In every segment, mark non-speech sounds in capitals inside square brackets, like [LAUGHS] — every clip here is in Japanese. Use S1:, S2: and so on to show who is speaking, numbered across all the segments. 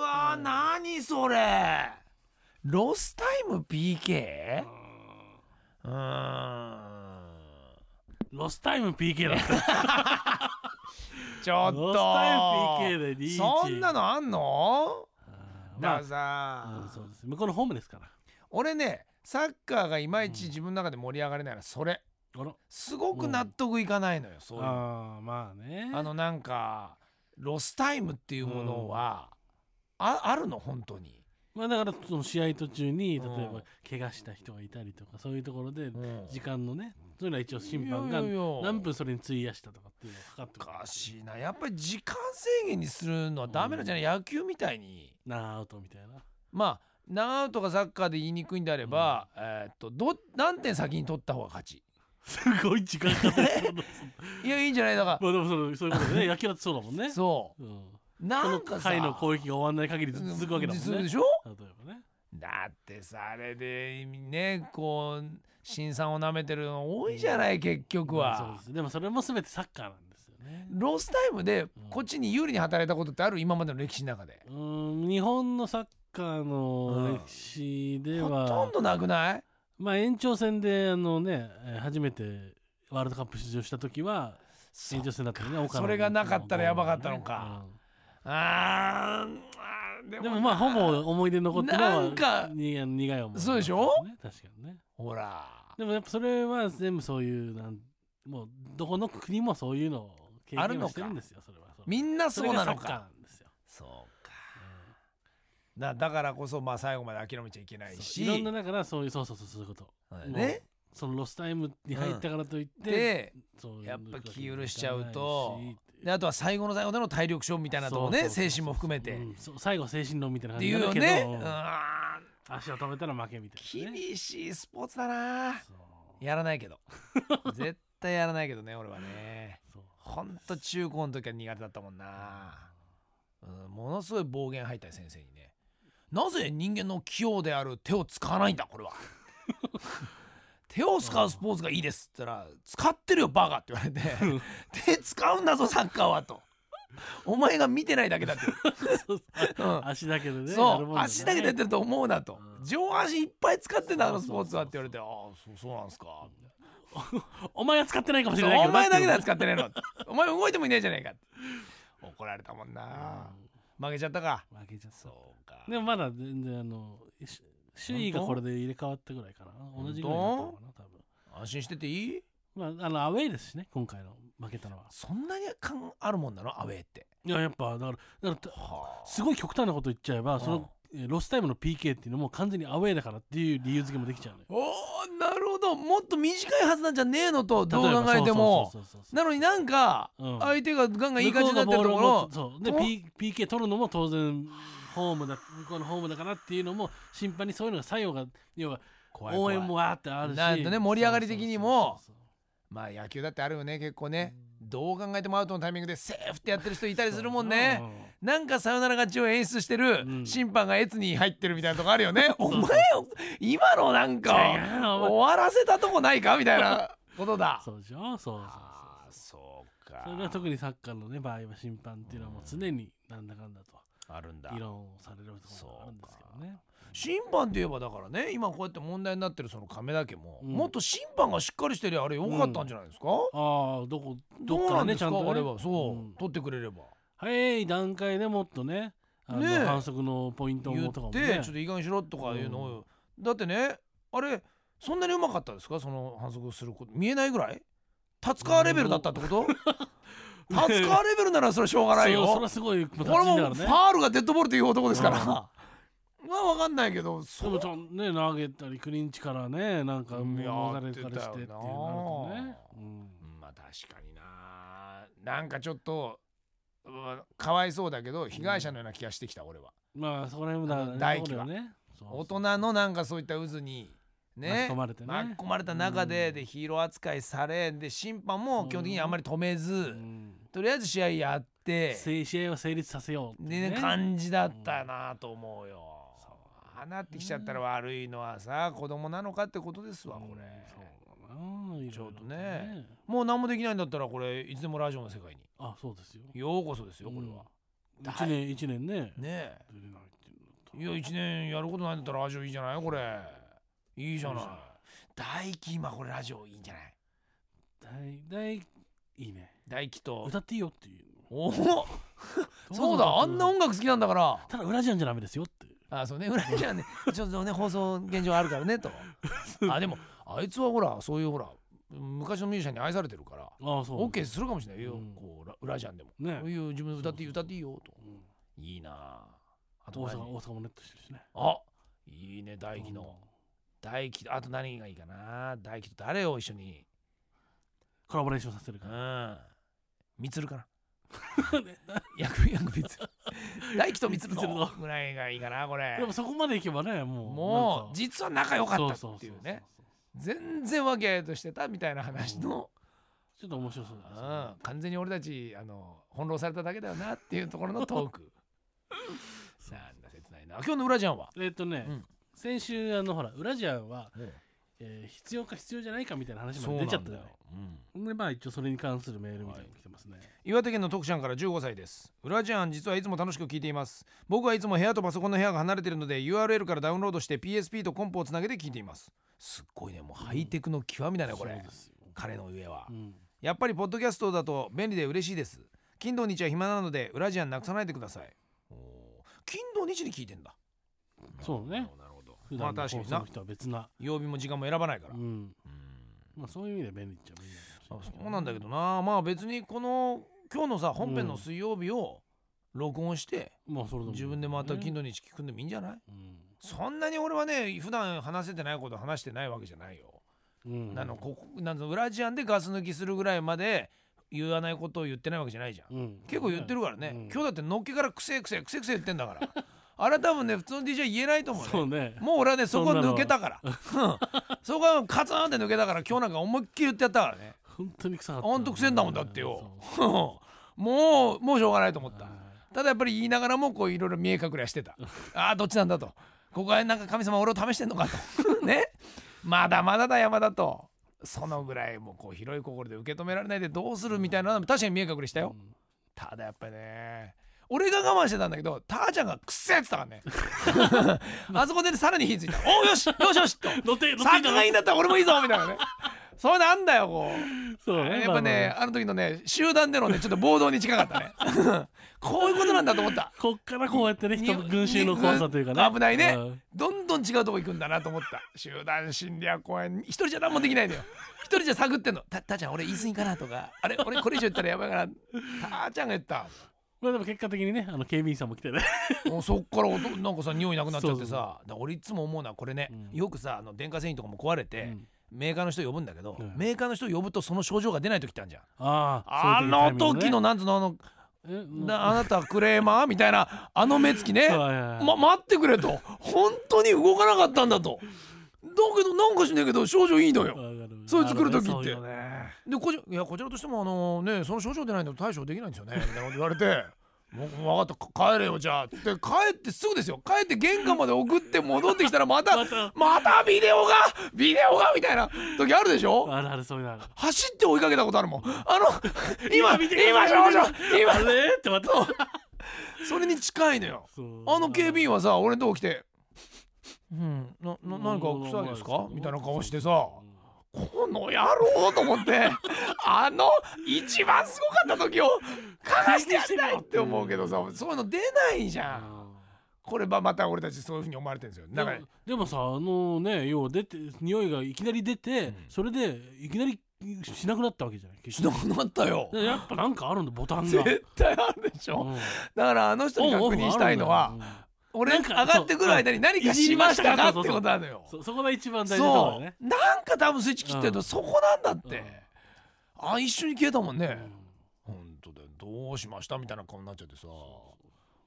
S1: わー何それロスタイム PK? うーん
S2: ロスタイム PK だった。
S1: ちょっと
S2: ロスタイム PK でリーチ
S1: そんなのあんのだ
S2: ま
S1: か
S2: あ
S1: ら
S2: うん
S1: さ、
S2: そうです。向こうのホームですから。
S1: 俺ねサッカーがいまいち自分の中で盛り上がれないのはそれ
S2: あら
S1: すごく納得いかないのよそういうの
S2: あーまあね。
S1: あのなんかロスタイムっていうものは、ああるの本当に、
S2: まあだからその試合途中に例
S1: う
S2: えば
S1: ん
S2: 怪我した人がいたりとかそういうところで
S1: うん
S2: 時間のねそういうのは一応審判が
S1: いやいやいや
S2: 何分それに費やしたとかっていうのがかかって
S1: お
S2: くる
S1: かしいなやっぱり時間制限にするのはダメなんじゃない、野球みたいに
S2: なあアウトみたいな。
S1: まあ長ウとかサッカーで言いにくいんであれば、えーっとど何点先に取った方が勝ち
S2: すごい時間かか
S1: [LAUGHS]
S2: ってる。
S1: いやいいんじゃないだか
S2: まあでもそのそういうこと
S1: [LAUGHS]
S2: でね野球だってそうだもん
S1: ら
S2: ね。
S1: そ
S2: うん。
S1: うな
S2: こ
S1: んか
S2: の
S1: さ
S2: 回の攻撃が終わらない限りずっと続くわけだもん
S1: 続くで
S2: ね。
S1: しょ
S2: 例えばね。
S1: だってさあれでねこう新さんをなめてるの多いじゃない、結局は。
S2: そうです。でもそれも全てサッカーなんですよね。
S1: ロスタイムでこっちに有利に働いたことってある今までの歴史の中で
S2: うーん日本のサッカーの歴史で
S1: ほ
S2: は、
S1: とんどなくない
S2: まあ延長戦であのねえー初めてワールドカップ出場した時は延長戦だったよね。岡野
S1: それがなかったらやばかったの
S2: う
S1: か
S2: ん
S1: あーあーで
S2: でもまあほぼ思い出に残ってるのは
S1: なんか
S2: にあの苦い思い、
S1: そうでしょ
S2: 確かにね
S1: ほら
S2: でもやっぱそれは全部そういうなんもうどこの国もそういうのを経
S1: ある
S2: 験
S1: のか
S2: はしてるんですよそれはそれ
S1: みんな
S2: そ
S1: そ
S2: れ
S1: うな
S2: がサ
S1: の
S2: ッカー
S1: か
S2: なんですよ
S1: そうかだだからこそまあ最後まで諦めちゃいけない
S2: そう
S1: し
S2: いろんなだからそういうそうそうそうそういうこと
S1: ね
S2: そのロスタイムに入ったからといって、
S1: で
S2: そう
S1: やっぱ気許しちゃうとで
S2: っ
S1: あとは最後の最後での体力勝負みたいなとこね
S2: そうそうそうそ
S1: 精
S2: う
S1: 神も含めて、
S2: う
S1: っ
S2: んそう最後精神論みたいな感
S1: て
S2: じ
S1: い
S2: に
S1: う
S2: な
S1: よ
S2: るけど、
S1: ねうーん
S2: 足を止めたら負けみたいな、ね、
S1: 厳しいスポーツだな
S2: そう
S1: やらないけ [LAUGHS] ど絶対やらないけどね俺はね
S2: そう
S1: ほんと中高の時は苦手だったもんな、うん、ものすごい暴言吐いたよ先生にねなぜ人間の器用である手を使わないんだこれは [LAUGHS] 手を使うスポーツがいいですって言ったら「使ってるよバカ」って言われて「手使うんだぞサッカーは」と「お前が見てないだけだ」って、
S2: そう
S1: うん、
S2: 足だけでねや
S1: そ
S2: るもん
S1: う
S2: じ
S1: 足
S2: ゃない
S1: だけ出てると思うなと、
S2: うん
S1: 上半身いっぱい使ってんだあのスポーツはって言
S2: そう
S1: わ
S2: そ
S1: れてああそ
S2: う
S1: うそうなんすか
S2: お前は使ってないかもしれないけ
S1: お
S2: どな
S1: 前だけだよ
S2: って
S1: 使ってねえのお前動いてもいないじゃないかって怒られたもん
S2: いう
S1: な、負けちゃったか
S2: うん負けちゃった
S1: そうか
S2: でもまだ全然あのし首位がこれで入れ替わったぐらいかな同じぐらいだったのかな多分
S1: 安心してていい
S2: まああのアウェイですしね今回の負けたのは
S1: そんなに感あるもんなのアウェーって
S2: いややっぱだからだから
S1: は
S2: すごい極端なこと言っちゃえば、そのえーロスタイムの PK っていうのも完全にアウェーだからっていう理由付けもできちゃうのよ。
S1: おーなるほどもっと短いはずなんじゃねえのとどう考えても
S2: そうそうそうそう
S1: なのになんか
S2: うん
S1: 相手がガンガンいい感じになって
S2: 向
S1: るとこ
S2: こうがボールを持
S1: ろ
S2: つそうで
S1: と
S2: P PK 取るのも当然ホームだ向こうのホームだからっていうのも審判にそういうのが作用が要は
S1: 怖い
S2: 応
S1: 怖い
S2: 援もわーってあるし
S1: なんとね盛り上がり的にも
S2: そうそうそうそう
S1: まあ野球だってあるよね結構ねどう考えてもアウトのタイミングでセーフってやってる人いたりするもんねなんかサヨナラ勝ちを演出して
S2: う
S1: る
S2: ん
S1: 審判がエツに入ってるみたいなとこあるよね。お
S2: う [LAUGHS] そう
S1: 前を今のなんか
S2: 違うお前
S1: 終わらせたとこないかみたいなことだ。
S2: そうそうそうそうでしょそうそう
S1: あーそうか
S2: そうそれが特にサッカーのね場合は審判っていうのはもう常になんだかんだと
S1: あるんだ
S2: 議論をされるところがあるんですけどね。
S1: 審判で言えばだからね今こうやって問題になってるその亀田家も、
S2: うん
S1: もっと審判がしっかりしてりゃあれ良かったんじゃないですか、
S2: ああどこ
S1: ど
S2: どっ
S1: う
S2: か
S1: な
S2: ら
S1: ん
S2: ね
S1: です
S2: ちゃ
S1: か、
S2: んと、ね、
S1: あれはそう、
S2: ん
S1: 取ってくれれば
S2: 早い段階でもっとねあの
S1: ねえ
S2: 反則のポイント
S1: 言
S2: も
S1: っ
S2: とかも
S1: て、
S2: ね
S1: ちょっといい加減にしろとかいうのを、だってねあれそんなにうまかったですかその反則すること見えないぐらい立川レベルだったってこと
S2: [LAUGHS]
S1: 立川レベルならそれしょうがないよ
S2: そうそれ
S1: こ
S2: はすごいこ
S1: れもファールがデッドボールという男ですから
S2: うん
S1: まあ分かんないけど
S2: で
S1: そ
S2: も
S1: う
S2: ちゃんね投げたりクリンチからねなんか
S1: うん
S2: 物されたりしてってい
S1: やって
S2: うなると
S1: たよ
S2: ね
S1: な、
S2: うん
S1: うんまあ確かにななんかちょっとうんかわいそうだけど被害者のような気がしてきた俺は
S2: まあそこら辺もだからね
S1: 大輝は
S2: ところよねそうそう
S1: 大人のなんかそういった渦にね
S2: 巻き込まれてね
S1: 巻き込まれた中で,、
S2: うん
S1: でヒーロー扱いされで審判も基本的にあんまり止めず、
S2: うん
S1: とりあえず試合やって、
S2: せい試合を成立させようってい
S1: で
S2: う
S1: ね
S2: ね
S1: 感じだったなと思うよ。
S2: そう
S1: ああなってきちゃったら悪いのはさ子供なのかってことですわこれ、
S2: うんそうだな
S1: ちょっとねもう何もできないんだったらこれいつでもラジオの世界に
S2: あそうですよ
S1: ようこそですよこれは、
S2: うん一年一年ね
S1: ねえ
S2: 出れないって
S1: いや1年やることないんだったらラジオいいじゃないこれいいじゃない
S2: いいじゃない
S1: 大輝今これラジオいいんじゃない
S2: 大大いいね
S1: 大輝と
S2: 歌っていいよっていう
S1: おおそうだあんな音楽好きなんだから
S2: ただ裏じゃんじゃダメですよって
S1: あそうね裏じゃねちょっとね放送現状あるからねと [LAUGHS] あでもあいつはほらそういうほら昔のミュージシャンに愛されてるから
S2: ああそう
S1: オッケーするかもしれないよ、
S2: うん
S1: こうら裏じゃんでも、
S2: ね
S1: いいよ自分で歌っていい
S2: そう
S1: 歌
S2: そうそう
S1: っていいよと
S2: うん
S1: いいなああと
S2: 大阪
S1: 何
S2: 大阪もネットしてるしね
S1: あいいね大輝の大輝とあと何がいいかな大輝と誰を一緒に
S2: コラボレーションさせる
S1: う
S2: から
S1: んみつるかな [LAUGHS] 役役みつる大輝とみつる
S2: みつる
S1: の
S2: の
S1: ぐらいがいいかなこれ
S2: でもそこまでいけばねもう
S1: もう
S2: じ
S1: 実は仲良かったっていうね
S2: そうそうそう
S1: 全然わけあいとしてたみたいな話の、
S2: そうちょっと面白そう
S1: う
S2: だ
S1: ん
S2: ねそれね
S1: 完全に俺たちあの翻弄されただけだよなっていうところのトー [LAUGHS] クなんだ切ないな今日の裏じゃんは、
S2: えーっとね、
S1: うん
S2: 先週あのほらウラジアンは、えー必要か必要じゃないかみたいな話ま
S1: そう
S2: で
S1: な
S2: 出
S1: ん
S2: ちゃった
S1: だ
S2: よ
S1: よ、うん
S2: でまあ一応それに関するメールみたいなの来てますね、
S1: 岩手県の徳ちゃんから15歳ですウラジャン実はいつも楽しく聞いています僕はいつも部屋とパソコンの部屋が離れているので URL からダウンロードして PSP とコンポをつなげて聞いていますすっごいねもうハイテクの極みだねこれ、
S2: そうですよ
S1: 彼の上は、
S2: うん
S1: やっぱりポッドキャストだと便利で嬉しいです金土日は暇なのでウラジャンなくさないでくださいおー金土日に聞いてんだ
S2: そうね
S1: なるほど
S2: 普
S1: まあ
S2: 段の
S1: 確かにな
S2: 放送の人は別な、
S1: 曜日も時間も選ばないから、
S2: うん
S1: うん
S2: まあ、そういう意味で便利っちゃ便利
S1: あ
S2: かもしれ
S1: そうなんだけどなまあ別にこの今日のさ本編の水曜日を録音して、
S2: まあそれも
S1: 自分でまた金土
S2: ね
S1: 日聞くんでもいいんじゃない
S2: うん
S1: そんなに俺はね普段話せてないこと話してないわけじゃないよ。
S2: うん
S1: なのここなんの裏ジアンでガス抜きするぐらいまで言わないことを言ってないわけじゃないじゃん。
S2: うん
S1: 結構言ってるからね、
S2: うん
S1: 今日だってのっけからくせえくせえくせえくせえ言ってんだからあれ多分ね普通の DJ 言えないと思うね。
S2: そうね
S1: もう俺はねそこ抜けたからうんそこはカツンって抜けたから今日なんか思いっきり言ってやったからね。
S2: 本当に臭かった
S1: あんとくせえんだもんだってよ
S2: そう
S1: もう [LAUGHS] もうしょうがないと思った
S2: はい
S1: ただやっぱり言いながらもこういろいろ見え隠れはして
S2: [LAUGHS]
S1: たああどっちなんだとここはなんか神様俺を試してんのか
S2: [LAUGHS]
S1: とねまだまだだ山だとそのぐらいもうこう広い心で受け止められないでどうするみたいなのも確かに見え隠れしたよ
S2: うん
S1: ただやっぱりね俺が我慢してたんだけどたーちゃんがくっせえって言
S2: [LAUGHS]
S1: ってたからねあそこでさらに火ついたおおよしよしよしと
S2: [LAUGHS] 乗って乗って
S1: 作がいいんだったら俺もいいぞみたいなねそういうのあんだよこう
S2: そうね
S1: やっぱね、
S2: まあまあ
S1: あの時のね集団でのねちょっと暴動に近かったね [LAUGHS] こういうことなんだと思った
S2: こっからこうやってね
S1: に
S2: 人群衆の怖さというかね
S1: に危ないね
S2: うん
S1: どんどん違うとこ行くんだなと思った集団心理は怖い一人じゃ何もできないのよ一人じゃ探ってんの「たたーちゃん俺言い過ぎかな」とか「あれ俺これ以上言ったらやばいから」たーちゃんが言った
S2: まあでも結果的にねあの警備員さんも来
S1: [LAUGHS]
S2: てね
S1: もうそっから音なんかさ匂いなくなっちゃって
S2: そうそう
S1: さだから俺いつも思うのはこれね、
S2: うん
S1: よくさあの電化製品とかも壊れて、
S2: うん
S1: メーカーの人呼ぶんだけど、
S2: うん
S1: メーカーの人呼ぶとその症状が出ない時ってあるじゃん
S2: あ
S1: あの時のなんつうのあの
S2: な
S1: なあなたクレーマーみたいなあの目つきね、ま、
S2: ま
S1: 待ってくれと本当に動かなかったんだとだけどなんかしねえけど症状いいのよそいつ来る時ってでこちいやこちらとしてもあのねその症状出ないの対処できないんですよねみたいなこと言われて「もう分かったか帰れよじゃあ」って帰ってすぐですよ帰って玄関まで送って戻ってきたらまた
S2: また
S1: またビデオがビデオがみたいな時あるでしょ
S2: あるあるそういうのある
S1: 走って追いかけたことあるもんあの [LAUGHS] 今今症状今
S2: あれってまた
S1: [LAUGHS] それに近いのよ
S2: そう
S1: あの警備員はさ俺のとこ来て「うんなな何か臭いです
S2: まあま
S1: か?」
S2: あ
S1: みたいな顔してさこの野郎と思って [LAUGHS] あの一番すごかった時をかがしてやりたいって思うけどさそういうの出ないじゃんこればまた俺たちそういうふうに思われてるんですよ
S2: で
S1: だ
S2: も
S1: から
S2: でもさあのね要は出て匂いがいきなり出て、それでいきなりしなくなったわけじゃない決し
S1: してなくなったよ
S2: でやっぱなんかあるんだボタンが
S1: 絶対あるでし
S2: う
S1: ょ
S2: ん
S1: だからあの人に確認したいの
S2: オ
S1: は
S2: ンオフあるんだよ
S1: 俺
S2: な
S1: 上
S2: んか
S1: がってくる間に何かしましたか
S2: そ
S1: っ
S2: うそう
S1: てことなのよ
S2: うんそそこが一番大事なところだ
S1: そ
S2: よね
S1: うなんか多分スイッチ切ってるとそこなんだってあ一緒に消えたもんね本当だよどうしましたみたいな顔になっちゃってさ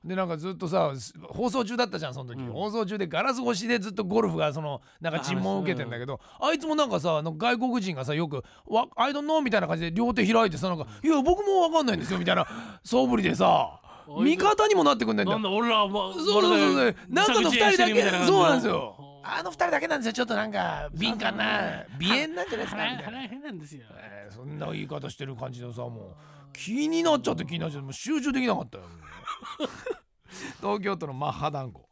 S1: でなんかずっとさす放送中だったじゃんその時、
S2: うん
S1: 放送中でガラス越しでずっとゴルフがそのなんか尋問を受けてんだけどあいつもなんかさあの外国人がさよく「わ I don't know」みたいな感じで両手開いてさなんか「いや僕も分かんないんですよ」みたいな素振りでさ
S2: おい
S1: 味方にもなってくんないんだよ
S2: なんだ俺らはまあ
S1: そうそうそうそう。なんかの二人だけ。そうなんですよ。あの二人だけなんですよ。ちょっとなんか敏感な鼻炎なんじゃないですかみたいな。
S2: 腹変なんですよ
S1: えーそんな言い方してる感じのさもう気になっち [LAUGHS] ゃって気になっちゃってもう集中できなかったよ。もう東京都のマッハ団子。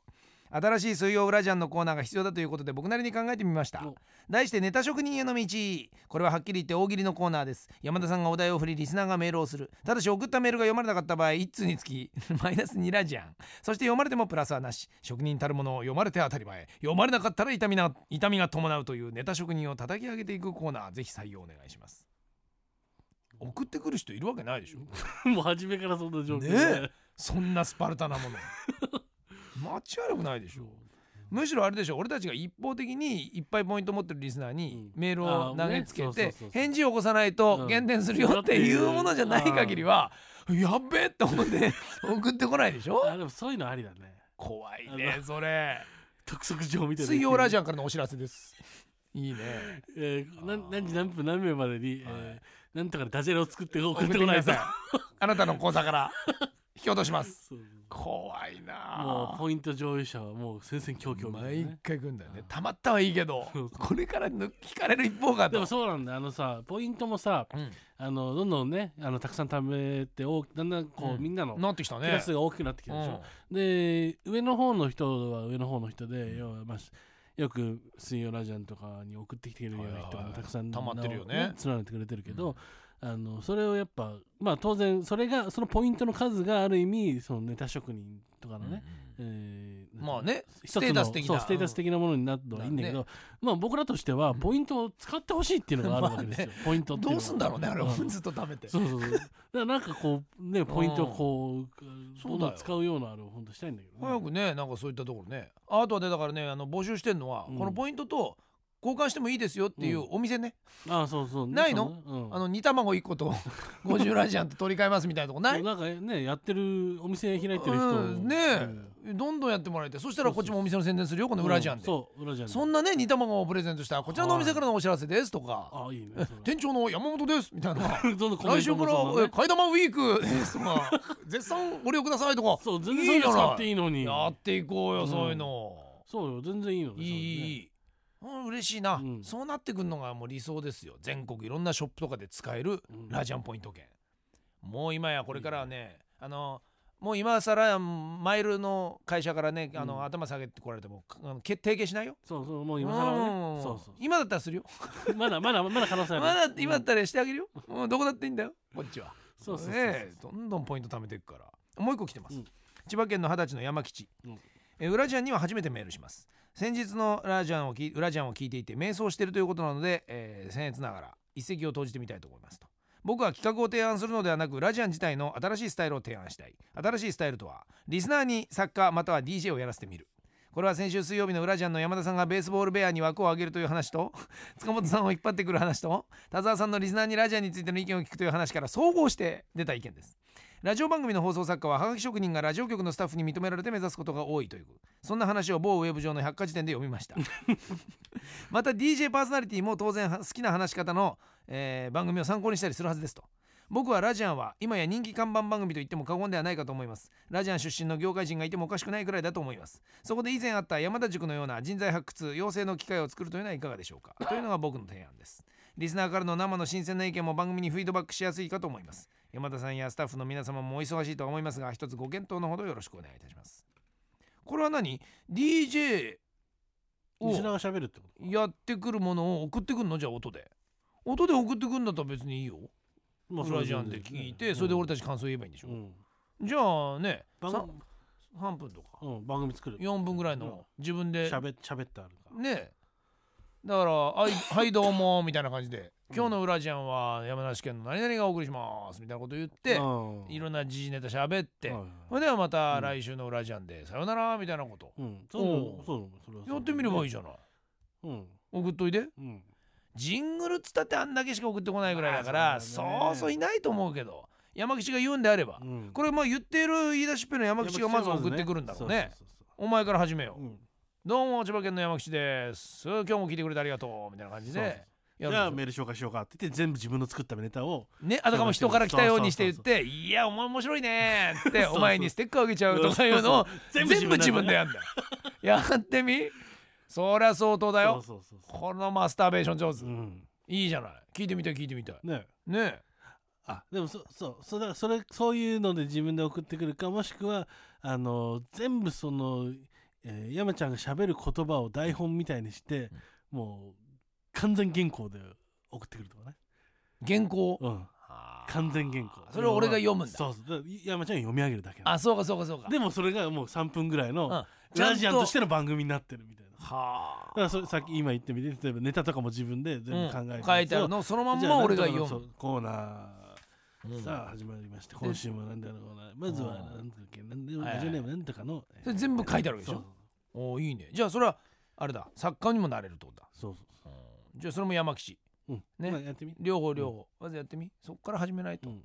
S1: 新しい水曜ウラジャンのコーナーが必要だということで僕なりに考えてみました
S2: お
S1: 題してネタ職人への道これははっきり言って大喜利のコーナーです山田さんがお題を振りリスナーがメールをするただし送ったメールが読まれなかった場合1通につき [LAUGHS] マイナス2ラジャンそして読まれてもプラスはなし職人たるもの読まれて当たり前読まれなかったら痛みな痛みが伴うというネタ職人を叩き上げていくコーナーぜひ採用お願いします送ってくる人いるわけないでしょ
S2: もう初めからそんな状況で
S1: ねそんなスパルタな
S2: [LAUGHS]
S1: もの間違いなくないでしょむしろあれでしょ俺たちが一方的にいっぱいポイント持ってるリスナーに
S2: うん
S1: メールを投げつけ
S2: あーねそうそう
S1: て
S2: そうそう
S1: 返事を起こさないうと
S2: ん
S1: 減点するよっていうものじゃない限りはやっべえって思って送ってこないでしょ
S2: あでもそういうのありだね
S1: 怖いねそれ
S2: 督促状みたいな
S1: 水曜ラジ
S2: ャ
S1: ャンからのお知らせです [LAUGHS] いいね
S2: えー、
S1: あ
S2: な
S1: ー
S2: 何時何分何名までに、
S1: はい
S2: えーなんとかでダジャレを作って送
S1: 送
S2: っ
S1: ってて
S2: こ
S1: こ
S2: な
S1: ないい
S2: と
S1: さいあなたの口座から引き落とします
S2: そう
S1: 怖い
S2: も
S1: な
S2: うポイント上位者はもう戦々恐々みたいな
S1: 毎
S2: ね
S1: 回来るんだよねたまったはいいけど
S2: そうそう
S1: これから抜聞かれる一方がと
S2: でもそうなんだあのさポイントもさ
S1: うん
S2: あのどんどんねあのたくさん貯めておだんだんこう、
S1: うん
S2: みんなのク
S1: なってきたね
S2: ラスが大きくなってきたでしょ、で上の方の人は上の方の人で、要はまあしよく「水曜ラジャン」とかに送ってきてくれるような人
S1: はいはいは
S2: が
S1: い
S2: たくさん
S1: 溜まってるよね
S2: 名を連ねてくれてるけど、あのそれをやっぱまあ当然それがそのポイントの数がある意味そのネタ職人とか
S1: う
S2: の
S1: ん
S2: ね、えー
S1: まあね
S2: 一つ
S1: ス
S2: の
S1: テータス的
S2: そ
S1: な
S2: うステータス的なものになるのはいいんだけど、まあ僕らとしてはポイントを使ってほしいっていうのがあるわけ
S1: [LAUGHS]
S2: ですよ、ポイントってい
S1: ど
S2: うのは
S1: うすんだろうねあれ
S2: う
S1: を
S2: ん
S1: ずっと食べて
S2: そうそうそう。だからなんかこうねポイントをこう、
S1: そうだよ
S2: どんどん使うようなあれを本当したいんだけど、ね。
S1: 早くねなんかそういったところねあとはねだからねあの募集してるのは
S2: うん
S1: このポイントと交換してもいいですよっていううんお店ね
S2: あそうそう。
S1: ないの
S2: そうね？うん、
S1: あの煮卵1個と
S2: [LAUGHS]
S1: 50ラジアンと取り替えますみたいなとこな
S2: そう
S1: い
S2: なんかねやってるお店開いてる人、
S1: うんねえどんどんやってもらえてそしたらこっちもお店の宣伝するよこの裏ジアンで
S2: そう裏ジャンで。
S1: そんなね煮卵をプレゼントしたこちらのお店からのお知らせですとか
S2: あいいね。それ
S1: 店長の山本ですみたいな
S2: どんどんコメ
S1: 来
S2: ン
S1: 週
S2: ト
S1: か
S2: も
S1: ら
S2: そんな
S1: え
S2: ね
S1: 替え玉ウィークですと
S2: [LAUGHS]
S1: か絶賛ご利用くださいとか
S2: そう全然そういうの使っていいのに。
S1: やっていこうよ、
S2: うん
S1: そういうの
S2: そうよ全然いいの
S1: い
S2: ね。
S1: いいい、うん、嬉しいな、
S2: うん
S1: そうなってくんのがもう理想ですよ全国いろんなショップとかで使える
S2: うん
S1: ラジャンポイント券、もう今やこれからはねあのもう今更マイルの会社からねあの、
S2: うん
S1: 頭下げてこられてもあのけ提携しないよ
S2: そうそうもう今更は
S1: う
S2: ね。
S1: ん
S2: そうそ
S1: 今だったらするよ
S2: う。まだまだまだ可 [LAUGHS] 能性あ
S1: ま
S2: る。
S1: だ今だ
S2: う
S1: っ
S2: ん
S1: たらしてあげるよ、うん、どこだっていいんだよこっちは
S2: そうそうそうそう。
S1: ねえどんどんポイント貯めていくからもう一個来てます、
S2: うん
S1: 千葉県の二十歳の山吉、
S2: うん
S1: えーウラジャンには初めてメールします先日のラジャンをきウラジャンを聞いていて瞑想しているということなので、えー、僭越ながら一石を投じてみたいと思いますと僕は企画を提案するのではなくラジャン自体の新しいスタイルを提案したい新しいスタイルとはリスナーに作家または DJ をやらせてみるこれは先週水曜日のウラジャンの山田さんがベースボールベアに枠を上げるという話と塚本さんを引っ張ってくる話と田沢さんのリスナーにラジャンについての意見を聞くという話から総合して出た意見ですラジオ番組の放送作家はハガキ職人がラジオ局のスタッフに認められて目指すことが多いというそんな話を某ウェブ上の百科事典で読みましたまた DJ パーソナリティも当然は好きな話し方の、えー番組を参考にしたりするはずですと僕はラジアンは今や人気看板番組と言っても過言ではないかと思いますラジアン出身の業界人がいてもおかしくないくらいだと思いますそこで以前あった山田塾のような人材発掘養成の機会を作るというのはいかがでしょうかというのが僕の提案ですリスナーからの生の新鮮な意見も番組にフィードバックしやすいかと思います山田さんやスタッフの皆様もお忙しいとは思いますが一つご検討のほどよろしくお願いいたしますこれは何 DJ を
S2: リスナーが喋るってこと。
S1: やってくるものを送ってくるのじゃあ音で音で送ってくるんだったら別にいいよ
S2: まあ
S1: フラジャンで聞いてそれで俺たち感想言えばいいんでしょ、
S2: うん。
S1: じゃあね
S2: 番
S1: さ
S2: 組
S1: 3分とか
S2: うん、番組作る。
S1: 4分ぐらいの自分で
S2: 喋喋ってあるから。
S1: ねだから「あい [COUGHS] はいどうも」みたいな感じで「
S2: うん
S1: 今日のウラジャンは山梨県の何々がお送りします」みたいなこと言って
S2: うん
S1: いろんな時事ネタ喋って
S2: はいはい
S1: それではまた来週のウラジャンで「さよなら」みたいなこと
S2: うん、そうな
S1: お
S2: の
S1: う
S2: そうなのそれはそう
S1: やってみればいい
S2: じ
S1: じゃない
S2: ゃん。うん、
S1: 送っといて
S2: うん、
S1: ジングルっつったってあんだけしか送ってこないぐらいだから、
S2: まあ
S1: そ
S2: そううだね
S1: そういないと思うけど山口が言うんであれば、
S2: うん。
S1: これまあ言っている言い出しっぺの山
S2: 山
S1: 口
S2: 口
S1: が
S2: が
S1: ま
S2: ま
S1: ず
S2: ず
S1: 送ってくるんだろうね
S2: そうそう
S1: お前から始めよ、
S2: そうううん
S1: どうも千葉県の山口です今日も聞いてくれてありがとうみたいな感じで
S2: そうそう
S1: やるん
S2: じ
S1: です
S2: ゃ
S1: よ
S2: あメール紹介しようかって言って全部自分の作ったネタを
S1: ね、あたかも人から来たようにして言って「いやお前面白いね」っつって
S2: そうそう
S1: お前にステッカーあげちゃうとかいうのを全部自分で
S2: や
S1: やんだよ。やってみそりゃ相当だ
S2: だ
S1: よ。
S2: そうそうそう
S1: このマスターベーション上手
S2: そう。うん。
S1: いいじゃない。聞いてみたい聞いてみたい。
S2: ね。
S1: ねえ
S2: あでもそそうそうだからそれそういうので自分で送ってくるかもしくはあの全部そのえー山ちゃんが喋る言葉を台本みたいにして、もう完全原稿で送ってくるとかね、
S1: 原稿
S2: うん、
S1: あー
S2: 完全原稿
S1: それを俺が読むんだ
S2: そうそうだから山ちゃんが読み上げるだけなの
S1: あそうかそうかそうか
S2: でもそれがもう3分ぐらいの、
S1: うん
S2: ラジアンとし
S1: ちゃん
S2: ての番組になってるみたいなだ
S1: はあ
S2: からそれさっき今言ってみて例えばネタとかも自分で全部考えて、
S1: うん書いてあるのをそのまん
S2: じゃあ
S1: ま俺が
S2: なんとかの
S1: 読む
S2: そうコーナ
S1: う
S2: ー、
S1: ん
S2: さあ始まりました今週もなんだろうなまずはなんだっけなんで
S1: はいはい
S2: ラジオネームなんとかの、
S1: それ全部書いてあるわけでしょおーいいねじゃあそれはあれだ作家にもなれるってことだ
S2: そうそうそう
S1: うんじゃあそれも山岸
S2: そううん
S1: ね
S2: まあやってみ
S1: 両方両方まずやってみそこから始めないと
S2: うんじ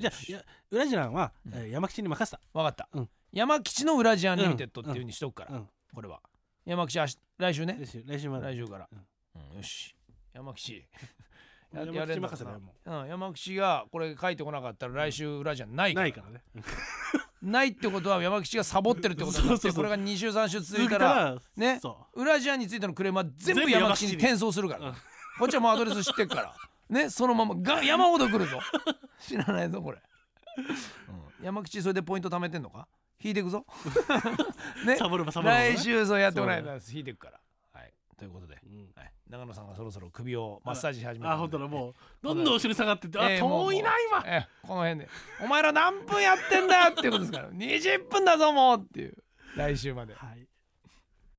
S1: じ
S2: ゃ
S1: ゃ
S2: あいや裏ジランは、えー山吉に任せた
S1: 分かった
S2: うん
S1: 山吉のウラジアンリミテッドっていう風にしとくか
S2: う
S1: ら
S2: ん
S1: これは山吉明日来週ね
S2: 来週来週まで
S1: 来週から
S2: う、
S1: うんよし山岸
S2: 山口
S1: やれんだ
S2: 任せだよ
S1: な
S2: も
S1: うん、山口がこれ書いてこなかったら来週裏じゃな
S2: う
S1: いから,、
S2: ないからね
S1: ないってことは山口がサボってるってことになって
S2: そうそうそう
S1: これが2週3週 [LAUGHS] 続
S2: 続
S1: い
S2: い
S1: た
S2: た
S1: ら
S2: ら
S1: ね
S2: そ
S1: 裏ジアンについてのクレームは全
S2: 全
S1: 部
S2: 部
S1: 山口に
S2: 山口に
S1: 転送するから、
S2: うん
S1: こっちはもうアドレス知ってるからねそのままが山ほど来る
S2: [LAUGHS]
S1: ぞ知らないぞこれ、うん、山口それでポイント貯めてんのか引いていくぞね
S2: うサボればサボるほどね
S1: 来週そうやってもらえた
S2: そ
S1: ら引いていくからはいということで
S2: うん
S1: はい、長野さんがそろそろ首をマッサージし始めた
S2: あ本当だもうどんどん後ろに下がってって
S1: う
S2: あ遠いな今
S1: ええこの辺で「お前ら何分やってんだ!」っていうことですから「20分だぞもう!」っていう来週まで
S2: はい